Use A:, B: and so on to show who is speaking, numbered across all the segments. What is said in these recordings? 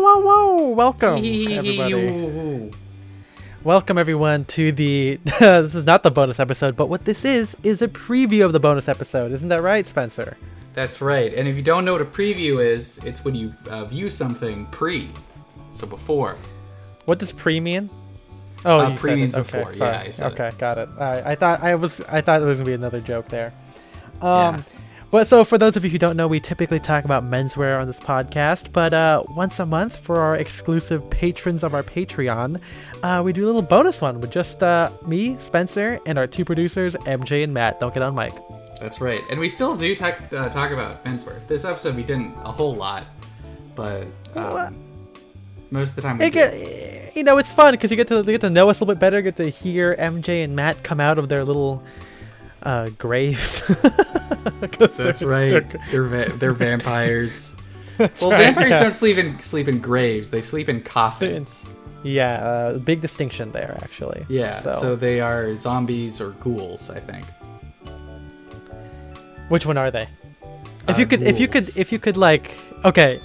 A: Woo! Welcome, everybody.
B: Everybody.
A: Welcome, everyone, to the. this is not the bonus episode, but what this is is a preview of the bonus episode. Isn't that right, Spencer?
B: That's right. And if you don't know what a preview is, it's when you uh, view something pre, so before.
A: What does pre mean? Oh,
B: Uh,
A: you
B: pre
A: said it.
B: means
A: okay,
B: before. Yeah,
A: sorry.
B: I said it.
A: okay, got it. All right. I thought I was. I thought it was gonna be another joke there. Um,
B: Yeah.
A: But so, for those of you who don't know, we typically talk about menswear on this podcast. But uh, once a month, for our exclusive patrons of our Patreon, uh, we do a little bonus one with just uh, me, Spencer, and our two producers, MJ and Matt. Don't get on mic.
B: That's right. And we still do talk, uh, talk about menswear. This episode we didn't a whole lot, but
A: What?
B: um, most of the time we
A: It
B: did.
A: get, you know, it's fun because you get to get to know us a little bit better. Get to hear MJ and Matt come out of their little uh, graves. 'Cause
B: That's
A: they're-
B: right.
A: they're-
B: They're va- they're vampires. well,
A: right,
B: vampires
A: yeah.
B: don't sleep in sleep in graves. They sleep in coffins.
A: Yeah, uh, big distinction there, actually.
B: Yeah.
A: So,
B: So. they are zombies or ghouls, I think.
A: which one are they? If
B: Uh,
A: you could, if you could,
B: ghouls.
A: if you could, like, okay,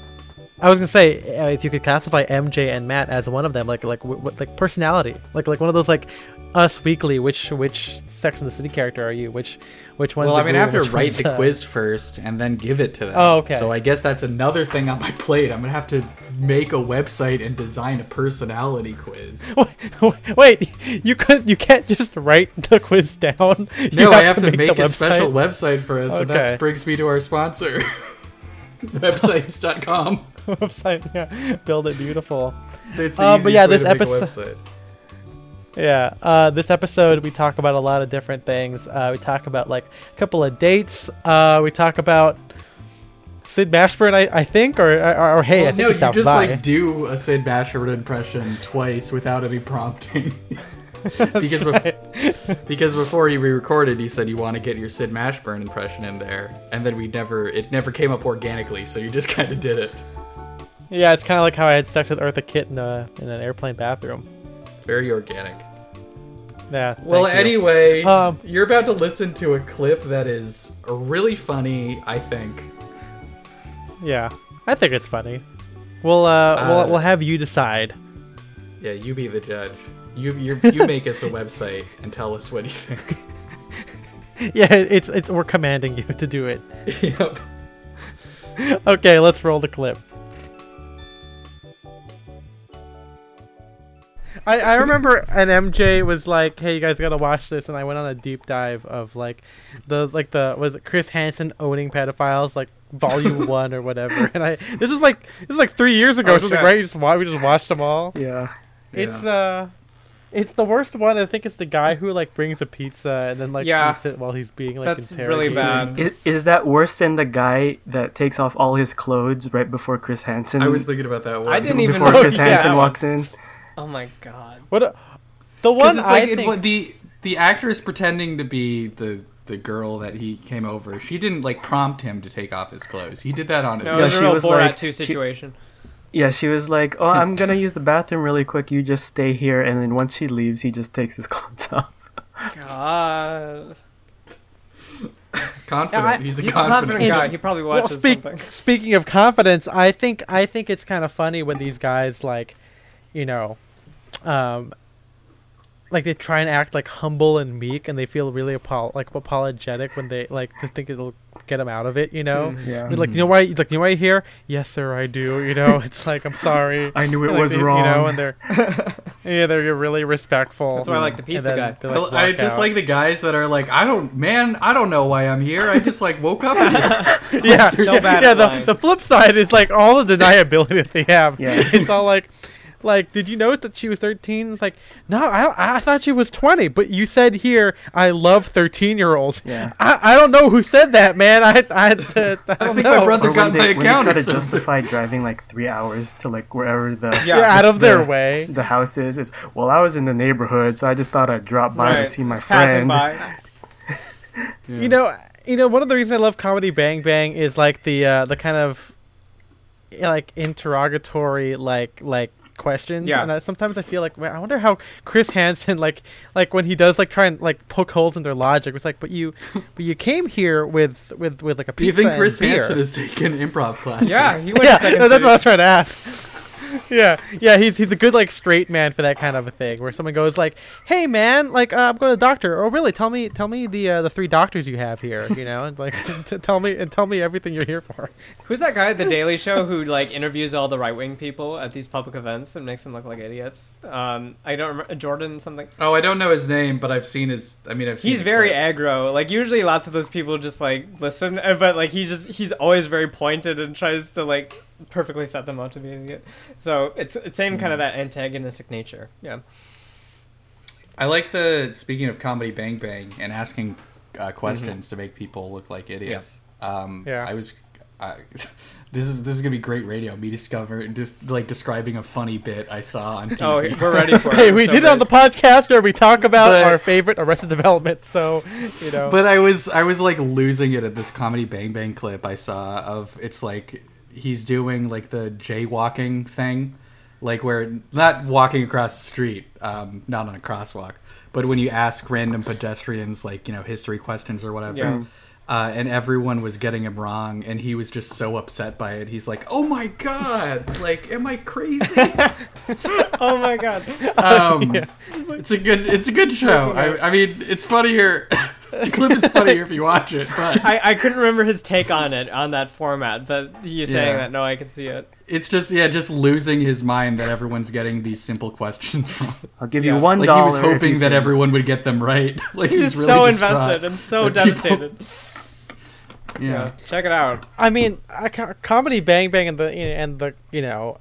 A: I was gonna say uh, if you could classify MJ and Matt as one of them, like, like, w- w- like personality, like, like one of those like Us Weekly. Which, which Sex and the City character are you? Which, which one's
B: Well,
A: a
B: I'm gonna
A: ghoul,
B: have to
A: which
B: write
A: one's
B: the
A: a-
B: quiz first and then give it to them.
A: Oh, okay.
B: So I guess that's another thing on my plate. I'm gonna have to make a website and design a personality quiz.
A: Wait, you could you can't just write the quiz down. You
B: No, I have to
A: the
B: make, a
A: website.
B: special website for us, and
A: Okay.
B: that brings me to our sponsor, websites.com.
A: website. Yeah, build it beautiful.
B: It's the
A: Uh,
B: easiest
A: but yeah,
B: way
A: this
B: to make a
A: episo-
B: website.
A: Yeah. Uh, this episode, we talk about a lot of different things. Uh, we talk about like a couple of dates. Uh, we talk about Sid Mashburn, I, I think, or or, or hey, I
B: Well,
A: think
B: no,
A: it's
B: you
A: out
B: just
A: by.
B: like do a Sid Bashford impression twice without any prompting. because bef- because before you re-recorded, you said you want to get your Sid Mashburn impression in there, and then we never it never came up organically, so you just kind of did it.
A: yeah, it's kind of like how I had sex with Eartha Kitt in a uh, in an airplane bathroom.
B: Very organic.
A: Yeah.
B: Well,
A: thank you.
B: anyway,
A: Um,
B: you're about to listen to a clip that is really funny. I think.
A: Yeah, I think it's funny. We'll uh,
B: Uh,
A: we'll we'll have you decide.
B: Yeah, you be the judge. You you you make us a website and tell us what you think.
A: Yeah, it's it's we're commanding you to do it.
B: yep.
A: Okay, let's roll the clip. I, I remember an MJ was like, "Hey, you guys gotta watch this," and I went on a deep dive of like the like the was it Chris Hansen owning pedophiles like volume one or whatever. And I this was like this was like three years ago
B: Oh,
A: or something,
B: shit.
A: right? You just wa- we just watched them all.
C: Yeah.
A: It's uh, it's the worst one. I think it's the guy who like brings a pizza and then like
D: Yeah.
A: eats it while he's being like
D: That's really
A: interrogated.
D: bad.
C: Is, is that worse than the guy that takes off all his clothes right before Chris Hansen?
B: I was thinking about that one.
D: I didn't even
C: before Chris
D: notice that
C: Hansen
D: one.
C: walks in.
D: Oh my god.
A: What? A, the
B: Because
A: one
B: it's like
A: I
B: it,
A: think
B: wa- the the actress pretending to be the the girl that he came over. She didn't like prompt him to take off his clothes. He did that on his
D: No,
B: own.
D: it was a
C: she
D: real
C: was
D: Borat
C: like-
D: 2
C: she-
D: situation.
C: Yeah, she was like, "Oh, I'm gonna use the bathroom really quick. You just stay here." And then once she leaves, he just takes his clothes off.
D: God.
B: confident.
D: Yeah, I-
B: he's a
D: he's
B: confident.
D: a confident guy.
A: And-
D: He probably
A: Well,
D: watches
A: speak,
D: something.
A: speaking of confidence, I think I think it's kind of funny when these guys like, you know, um, like they try and act like humble and meek, and they feel really apo- like apologetic when they like they think it'll get them out of it. You know,
C: Yeah.
A: You're like you know why like you know why you're here? Yes, sir, I do. You know, it's like I'm sorry.
C: I knew it
A: Like,
C: was
A: they- You know,
C: wrong.
A: and they're yeah they're really respectful.
D: That's why I like the
A: And
D: pizza
A: then
D: guy.
A: they,
B: I, I
A: walk
B: just
A: out.
B: like the guys that are like, I don't, man, I don't know why I'm here. I just like woke up. Here.
A: yeah,
D: So
A: yeah,
D: bad
A: yeah,
D: at
A: the,
D: lying.
A: the flip side is like all the deniability that they have.
C: Yeah.
A: It's all like, like, did you know that she was 13? It's like, no, I, I thought she was 20, but you said here, I love 13 year olds.
C: Yeah.
A: I, I don't know who said that, man. I, I, I, don't
B: I think
A: know.
B: my brother
C: Or
B: got
C: when they,
B: my
C: when they
B: account
C: try
B: or
C: to
B: something.
C: justify driving like three hours to like wherever the
A: They're out of their
C: the-
A: way.
C: the house is, is well, I was in the neighborhood, so I just thought I'd drop by
D: Right.
C: to see my
D: Passing
C: friend.
D: by.
A: You know, you know, one of the reasons I love comedy Bang Bang is like the uh, the kind of eh, like interrogatory like like questions.
D: Yeah.
A: And I, sometimes I feel like man, I wonder how Chris Hansen like like when he does like try and like poke holes in their logic. It's like, but you but you came here with with with like a
B: Do you
A: pizza
B: think Chris
A: and beer.
B: Hansen has taken improv classes?
D: Yeah, he went
A: yeah,
D: to second
A: no, that's
D: city.
A: what I was trying to ask. yeah, yeah, he's he's a good like straight man for that kind of a thing, where someone goes like, "Hey, man, like uh, I'm going to the doctor." Oh, really? Tell me, tell me the uh, the three doctors you have here, you know, and like t- tell me and tell me everything you're here for.
D: Who's that guy at the Daily Show who like interviews all the right wing people at these public events and makes them look like idiots? Um, I don't remember Jordan something.
B: Oh, I don't know his name, but I've seen his. I mean, I've seen.
D: He's
B: the
D: very
B: clips.
D: aggro. Like usually, lots of those people just like listen, uh, but like he just he's always very pointed and tries to like perfectly set them up to be an idiot. So it's it's same kind of that antagonistic nature. Yeah.
B: I like the speaking of comedy Bang Bang and asking uh, questions to make people look like idiots. Um,
A: Yeah.
B: I was. I this is this is gonna be great radio. Me discover just like describing a funny bit I saw on TV.
D: Oh, we're ready for it.
A: Hey,
D: We're
A: we
D: so
A: did it on the
D: braced.
A: podcast where we talk about
B: But-
A: our favorite Arrested Development, so you know.
B: But I was I was like losing it at this comedy Bang Bang clip I saw of it's like he's doing like the jaywalking thing, like where not walking across the street, um, not on a crosswalk, but when you ask random pedestrians like you know history questions or whatever.
D: Yeah.
B: Uh, and everyone was getting him wrong, and he was just so upset by it. He's like, "Oh my god! Like, am I crazy?"
D: Oh my god.
B: Um, It's a good, it's a good show. I, I mean, it's funnier. the clip is funnier if you watch it, but
D: I, I couldn't remember his take on it on that format, but you saying
B: Yeah.
D: that no, I can see it.
B: It's just yeah, just losing his mind that everyone's getting these simple questions from.
C: I'll give
D: Yeah.
C: you one
B: Like
C: dollar.
B: he was
C: if you
B: hoping that
C: can-
B: everyone would get them right. Like
D: He
B: he's really
D: was so
B: distraught
D: invested and so
B: that people-
D: devastated.
B: Yeah.
D: Yeah, check it out.
A: I mean, I, ca- comedy Bang Bang and the and the you know,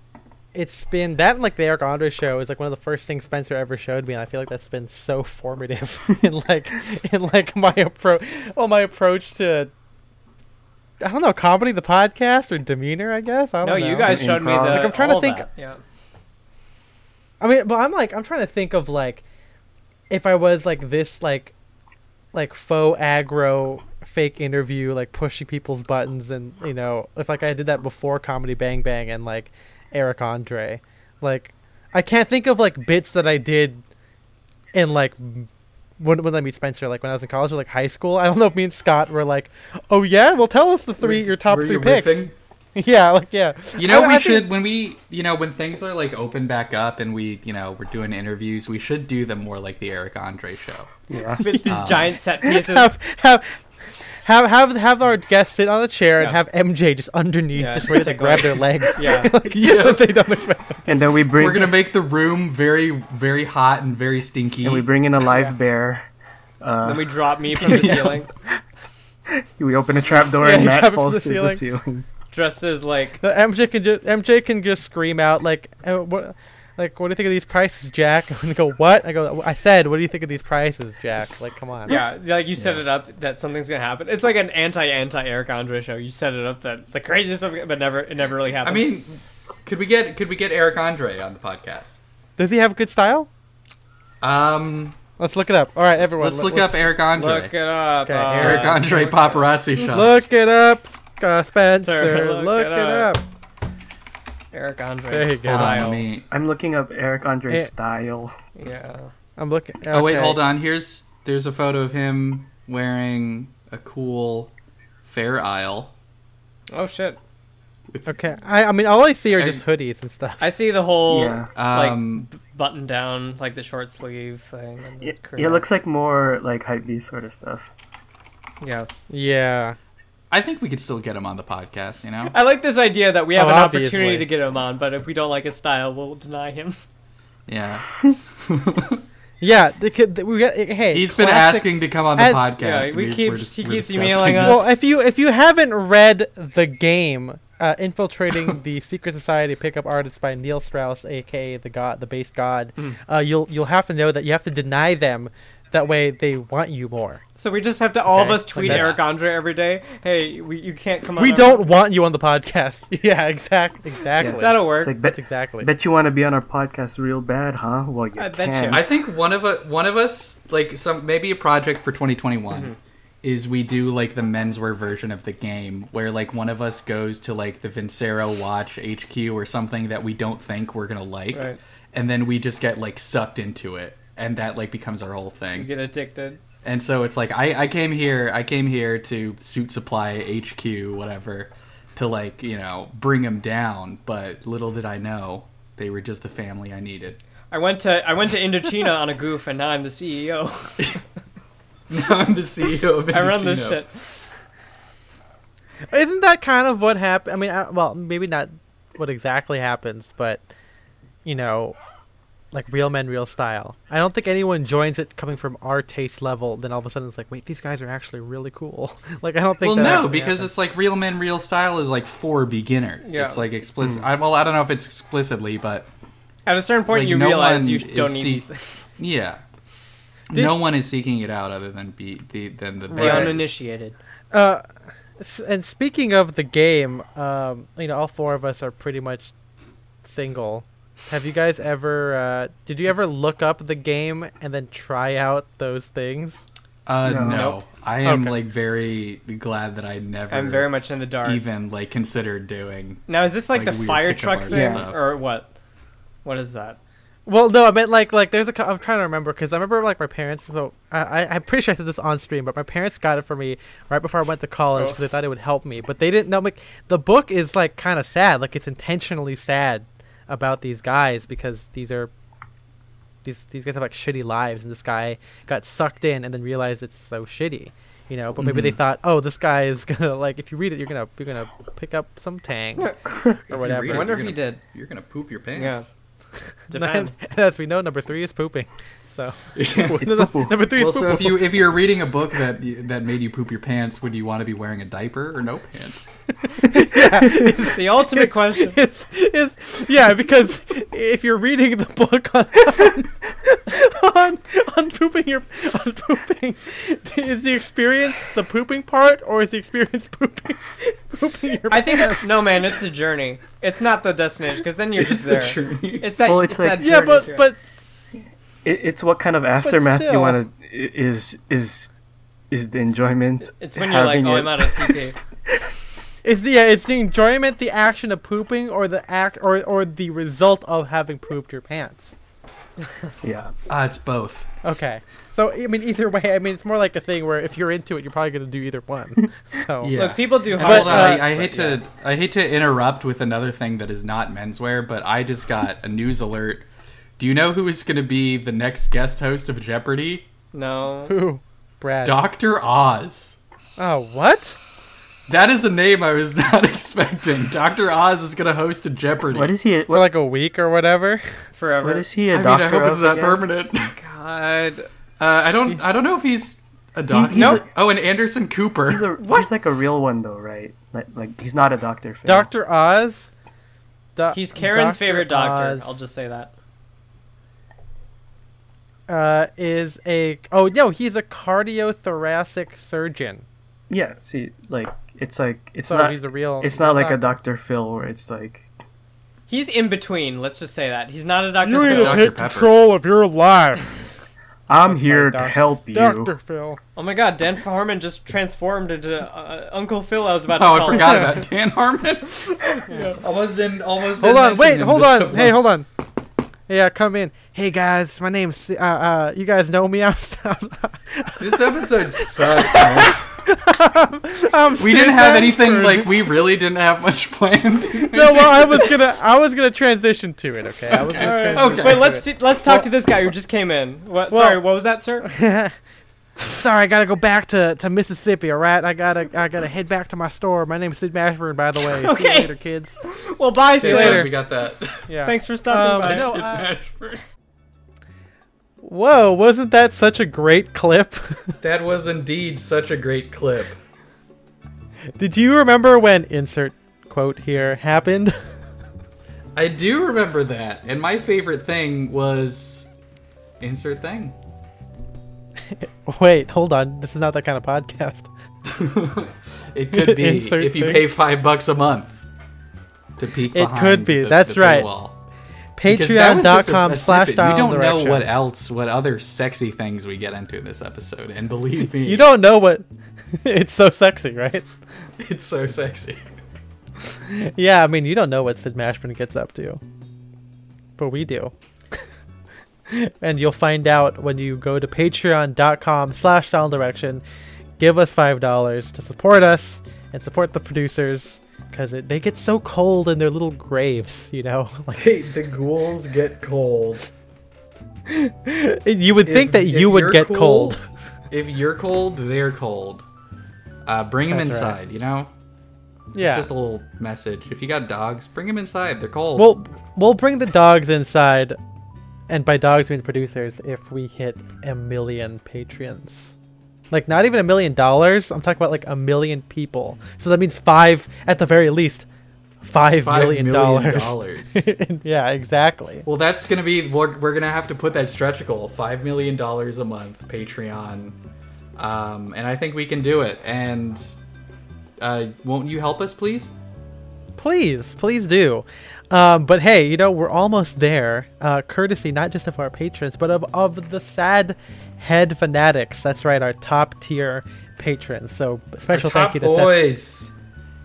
A: it's been that and, like the Eric Andre show is like one of the first things Spencer ever showed me, and I feel like that's been so formative in like in like my approach, well, my approach to. I don't know, comedy, the podcast, or demeanor. I guess I don't
D: No,
A: know.
D: you guys showed me the.
C: Improv.
A: Like, I'm trying to
D: all
A: think-
D: that, Yeah.
A: I mean, but I'm like, I'm trying to think of like, if I was like this, like, like faux aggro fake interview, like pushing people's buttons, and you know, if like I did that before Comedy Bang Bang and like Eric Andre, like, I can't think of like bits that I did, in like. m- When, when I meet Spencer, like when I was in college or like high school, I don't know if me and Scott were like, "Oh yeah, well tell us the three
B: Were-
A: your top
B: were
A: three
B: you
A: picks."
B: riffing?
A: Yeah, like yeah.
B: You know,
A: I-
B: we
A: I think-
B: should when we you know when things are like open back up and we you know we're doing interviews, we should do them more like the Eric Andre show.
D: With these giant set pieces.
A: have have have have have our guests sit on a chair and
D: Yeah.
A: have MJ just underneath,
D: Yeah,
A: just
D: just
A: ready to
D: take
A: grab
D: away.
A: their legs.
D: Yeah.
A: like, you know, they don't expect.
C: And then we bring
B: We're gonna make the room very very hot and very stinky.
C: and we bring in a live bear. uh,
D: Then we drop me from the ceiling,
C: We open a trap door
A: Yeah,
C: and
A: you
C: Matt
A: drop it from
C: falls
A: the
C: through the ceiling.
D: dressed as like.
A: No, MJ can just MJ can just scream out like, "Uh, "What? Like, what do you think of these prices, Jack?" And I go, "What?" I go, "I said, what do you think of these prices, Jack?" Like, come on.
D: Yeah, like you set it up that something's gonna happen. It's like an anti-anti Eric Andre show. You set it up that the craziest stuff, but never it never really
B: I
D: happened.
B: mean, could we get could we get Eric Andre on the podcast?
A: Does he have good style?
B: Um,
A: Let's look it up. All right, everyone.
B: let's
A: let-
B: look up Eric Andre.
D: look it up.
A: Okay,
D: uh,
B: Eric Andre paparazzi shots.
A: Look it up, uh, Spencer.
D: Sir,
A: look,
D: look
A: it
D: it
A: up.
D: Eric Andre
A: There you go.
B: Hold on,
D: style.
B: let me.
C: I'm looking up Eric Andre's
A: Eh.
C: style.
D: Yeah.
A: I'm looking. Okay.
B: Oh wait, hold on. Here's there's a photo of him wearing a cool Fair Isle.
D: Oh shit.
A: Okay. I, I mean, all I see are just
B: And-
A: hoodies and stuff.
D: I see the whole
C: Yeah.
B: Um,
D: like button down, like the short sleeve thing. And the
C: It,
D: crew
C: it looks
D: necks.
C: like more like hype beast sort of stuff.
D: yeah.
A: Yeah.
B: I think we could still get him on the podcast. You know,
D: I like this idea that we have
A: Oh,
D: an
A: obviously.
D: opportunity to get him on, but if we don't like his style, we'll deny him.
B: yeah.
A: Yeah, the kid, the, we got, eh, hey.
B: He's been
A: classic-
B: asking to come on the
A: As-
B: podcast.
D: yeah,
B: we're
D: we keep- he
B: we're
D: keeps
B: discussing
D: emailing
B: it.
D: us.
A: Well, if you if you haven't read the game, uh, infiltrating the secret society pickup artist by Neil Strauss, aka the god, the base god,
B: Hmm.
A: uh, you'll you'll have to know that you have to deny them. That way, they want you more.
D: So we just have to all
A: Okay,
D: of us tweet
A: like that.
D: Eric Andre every day. Hey, we, you can't come on.
A: We
D: our-
A: don't want you on the podcast. Yeah, exact, exactly.
D: That'll work.
C: It's like
A: That's
C: bet,
A: exactly.
C: bet you want to be on our podcast real bad, huh? Well, you
D: I bet
C: can.
D: you.
B: I think one of a, one of us like some maybe a project for 2021
D: Mm-hmm.
B: is we do like the menswear version of the game where like one of us goes to like the Vincero Watch HQ or something that we don't think we're gonna like,
D: Right.
B: and then we just get like sucked into it, and that like becomes our whole
D: You
B: thing.
D: get addicted.
B: And so it's like I, I came here I came here to suit supply HQ whatever to like you know bring him down, but little did I know They were just the family I needed.
D: I went to I went to Indochina on a goof, and now I'm the CEO.
B: Now I'm the CEO of
D: I run this
B: Indochino.
D: shit.
A: Isn't that kind of what happened? I mean, I, well, maybe not what exactly happens, but you know, like real men, real style. I don't think anyone joins it coming from our taste level. Then all of a sudden, it's like, wait, these guys are actually really cool. like, I don't think.
B: Well,
A: that
B: no,
A: actually
B: because
A: happens.
B: it's like real men, real style is like for beginners.
D: Yeah.
B: It's like explicit. I, well, I don't know if it's explicitly, but
D: At a certain point,
B: Like,
D: you
B: no
D: realize
B: one
D: you
B: is
D: don't need
B: see-
D: these things.
B: yeah,
A: Did-
B: no one is seeking it out other than be the than the
D: The
B: beginners.
D: uninitiated.
A: Uh, s- and speaking of the game, um, you know, all four of us are pretty much single. Have you guys ever? Uh, did you ever look up the game and then try out those things?
B: Uh,
C: No.
B: no,
D: Nope.
B: I am
A: Okay.
B: like very glad that I never.
D: I'm very much in the dark.
B: even like considered doing.
D: Now, is this like,
B: Like
D: the
B: weird
D: fire
B: pickup
D: truck
B: artist
D: thing,
B: stuff.
D: or what? What is that?
A: Well, no, I meant like like there's a. cou- I'm trying to remember because I remember like my parents. So I, I I'm pretty sure I said this on stream, but my parents got it for me right before I went to college
D: Oh.
A: because they thought it would help me, but they didn't know. Like the book is like kind of sad. Like it's intentionally sad about these guys because these are these these guys have like shitty lives, and this guy got sucked in and then realized it's so shitty. You know, but maybe
D: Mm-hmm.
A: they thought, oh, this guy is gonna like. If you read it, you're gonna you're gonna pick up some tang.
B: Or
A: whatever.
D: I wonder if he did.
B: You're gonna poop your
D: Yeah.
B: pants.
D: Depends.
A: And as we know, number three is pooping. So
C: It's poo-poo.
A: number three
B: well,
A: is
B: so
A: poopoo.
B: if you if you're reading a book that you- that made you poop your pants, would you want to be wearing a diaper or no pants?
D: It's the ultimate question.
A: It's, it's, yeah, because if you're reading the book on on, on pooping your on pooping, is the experience the pooping part or is the experience pooping pooping your?
D: I think it's, no, man. It's the journey. It's not the destination, because then you're just there.
B: The journey.
D: It's that.
C: Well,
D: it's
C: it's like-
D: that
A: yeah,
D: journey
A: but
D: through it.
A: but
C: It, it's what kind of aftermath you
A: still.
C: want to is is is the enjoyment.
D: it's when you're like,
C: having
D: oh,
C: it-
D: I'm out of TP.
A: is the yeah, it's the enjoyment, the action of pooping, or the act or or the result of having pooped your pants.
C: Yeah,
B: Ah, it's both.
A: Okay, so I mean either way, I mean it's more like a thing where if you're into it, you're probably gonna do either one. So
B: Yeah.
D: Look, people do
B: And hold
D: hard.
B: on,
A: uh,
B: I, I hate to I hate to interrupt with another thing that is not menswear, but I just got a news alert. Do you know who is going to be the next guest host of Jeopardy?
D: No.
A: Ooh, Brad.
B: Doctor Oz.
A: Oh, what?
B: That is a name I was not expecting. Doctor Oz is going to host a Jeopardy.
C: what is he?
A: For
C: What,
A: like a week or whatever.
D: Forever.
C: what is he a
B: I mean,
C: doctor
B: I hope it's
C: of
B: not
C: again?
B: permanent. Uh,
D: God.
B: I don't. I don't know if he's a doctor.
C: he's
B: No.
C: a-
B: oh, and Anderson Cooper.
C: He's, a, he's like a real one though, right? Like, like he's not a doctor. Phil.
A: Doctor Oz. Do-
D: He's Karen's
A: Dr.
D: favorite doctor.
A: Oz,
D: I'll just say that.
A: uh, is a oh no, he's a cardiothoracic surgeon.
C: Yeah. See, like it's like it's
A: So
C: not
A: he's a real.
C: it's not like a Doctor Phil where it's like
D: He's in between. Let's just say that he's not a doctor.
A: You need to
D: Phil.
B: Dr.
A: take
B: Pepper.
A: control of your life,
C: I'm here to
A: doc-
C: help you.
A: Doctor Phil.
D: Oh my God, Dan Harmon just transformed into uh, Uncle Phil. I was about to.
B: Oh, I
D: call him.
B: forgot about Dan Harmon. Almost didn't.
A: Hold
B: Almost. didn't
A: on,
B: mention
A: wait,
B: him
A: hold
B: this
A: on.
B: time.
A: Hey, hold on. Yeah, come in. Hey guys, my name's uh, uh you guys know me. I'm
B: This episode sucks. man.
A: I'm
B: We didn't have
A: Sid
B: anything
A: Bradford.
B: like we really didn't have much planned.
A: No, well, I was gonna I was gonna transition to it. Okay, I was gonna
B: Okay.
A: transition
B: Okay.
A: to
D: Wait, let's
A: it.
D: see, let's talk to this guy who just came in. What?
A: Well-
D: sorry, what was that, sir?
A: Sorry, I gotta go back to, to Mississippi. All right, I gotta I gotta head back to my store. My name's Sid Mashburn, by the way. See you
D: Okay.
A: later, kids.
D: Well, bye,
B: Okay,
D: sir.
A: later.
B: We got that.
A: Yeah.
D: Thanks for stopping
A: Um,
D: by.
A: no, uh, Whoa, wasn't that such a great clip?
B: that was indeed such a great clip.
A: Did you remember when insert quote here happened?
B: I do remember that, and my favorite thing was insert thing.
A: Wait, hold on. This is not that kind of podcast.
B: It could be
A: Insert
B: if you
A: thing.
B: pay five bucks a month to peek.
A: It
B: behind
A: could be,
B: the-
A: that's
B: the
A: right.
B: paywall. Because that was just a-
A: Patreon.com
B: a
A: slash
B: snippet. You
A: dial
B: don't know
A: direction.
B: what else, what other sexy things we get into this episode, and believe me,
A: You don't know what. it's so sexy, right?
B: It's so sexy.
A: Yeah, I mean, you don't know what Sid Mashburn gets up to, but we do. and you'll find out when you go to patreon.com slash down direction. Give us $5 to support us and support the producers because they get so cold in their little graves, you know. like
E: Hey, the ghouls get cold.
A: you would think that you would
B: you're
A: get cold.
B: If you're cold, they're cold. Uh, bring them
A: That's right.
B: inside. You know,
A: Yeah.
B: it's just a little message. If you got dogs, bring them inside. They're cold.
A: We'll we'll bring the dogs inside, and by dogs I mean producers. If we hit a million patrons, like not even a million dollars, I'm talking about like a million people. So that means five at the very least,
B: Five
A: million, dollars.
B: dollars.
A: yeah, exactly.
B: well, that's gonna be. We're, we're gonna have to put that stretch goal: five million dollars a month, Patreon. Um, and I think we can do it. And uh, won't you help us, please?
A: Please, please do. Um, but hey, you know we're almost there. Uh, courtesy not just of our patrons, but of of the sad head fanatics. That's right, our top tier patrons. So special
B: Our top
A: thank you to Seth
B: boys.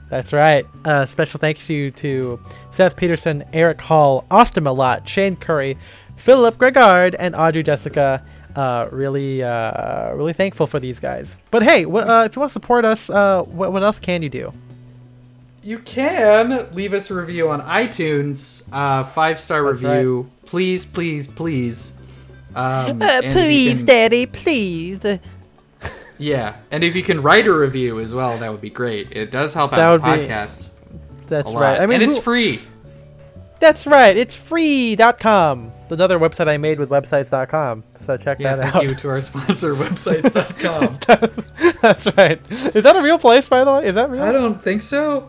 A: That's right. Uh, special thanks you to Seth Peterson, Eric Hall, Austin Malott, Shane Curry, Philip Gregard, and Audrey Jessica. Uh, really, uh, really thankful for these guys. But hey, wh- uh, if you want to support us, uh, what, what else can you do?
B: You can leave us a review on iTunes, uh, five star review. Please, please, please. Um, and if you can-
A: Uh, Daddy, please. That
B: Yeah, and if you can write a review as well, that would be great. It does help
A: That
B: out the
A: would be-
B: podcast a
A: That's
B: lot,
A: right. I mean,
B: and it's
A: who-
B: free.
A: That's right. It's free.com. Another website I made with websites.com. So check
B: Yeah,
A: that
B: thank
A: out.
B: you to our sponsor, websites.com.
A: That's right. Is that a real place, by the way? Is that real?
B: I don't think so.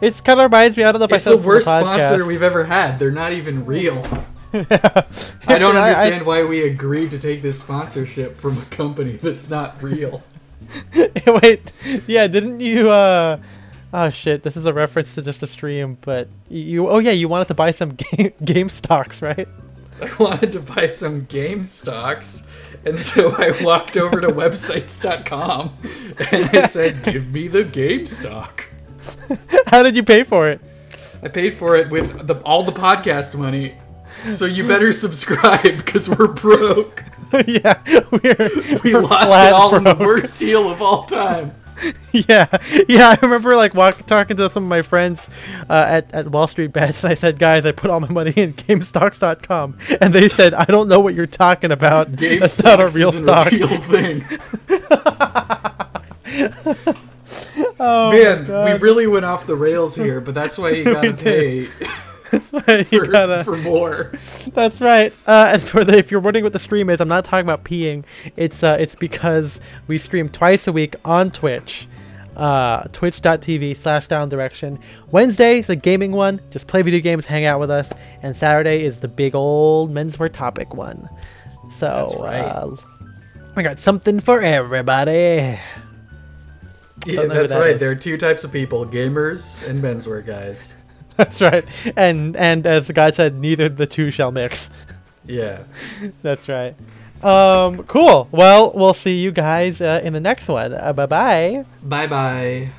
A: It's kind of reminds me. I don't know if
B: It's
A: I said
B: the
A: this
B: worst
A: on the
B: sponsor
A: podcast.
B: we've ever had. They're not even real. I don't
A: I- I-
B: understand why we agreed to take this sponsorship from a company that's not real.
A: Wait, yeah, didn't you? uh Oh shit, this is a reference to just a stream, but you. Oh yeah, you wanted to buy some game game stocks, right?
B: I wanted to buy some game stocks, and so I walked over to websites.com and I said, Give me the game stock.
A: How did you pay for it?
B: I paid for it with the, all the podcast money, so you better subscribe because we're broke.
A: yeah, we're
B: We
A: we're
B: lost
A: flat
B: it all in the
A: broke.
B: worst deal of all time.
A: yeah, yeah. I remember like walk, talking to some of my friends uh, at at Wall Street Bets, and I said, "Guys, I put all my money in GameStocks.com," and they said, "I don't know what you're talking about.
B: Game
A: That's
B: stocks
A: not a real
B: isn't
A: stock."
B: a real thing. Man, we
A: Oh, God.
B: really went off the rails here, but that's why you gotta pay
A: did. You
B: for,
A: gotta-
B: for more.
A: That's right. Uh, and for the, if you're wondering what the stream is, I'm not talking about peeing. It's uh, it's because we stream twice a week on Twitch, uh, twitch.tv slash down direction. Wednesday is a gaming one. Just play video games, hang out with us. And Saturday is the big old menswear topic one. So
B: right.
A: uh, we got something for everybody.
B: Yeah,
A: Don't know who
B: that's
A: that
B: right.
A: is.
B: There are two types of people: gamers and menswear guys.
A: That's right. And and as the guy said, neither the two shall mix.
B: Yeah.
A: That's right. Um, cool. Well, we'll see you guys uh, in the next one. Uh, bye bye.
B: Bye bye.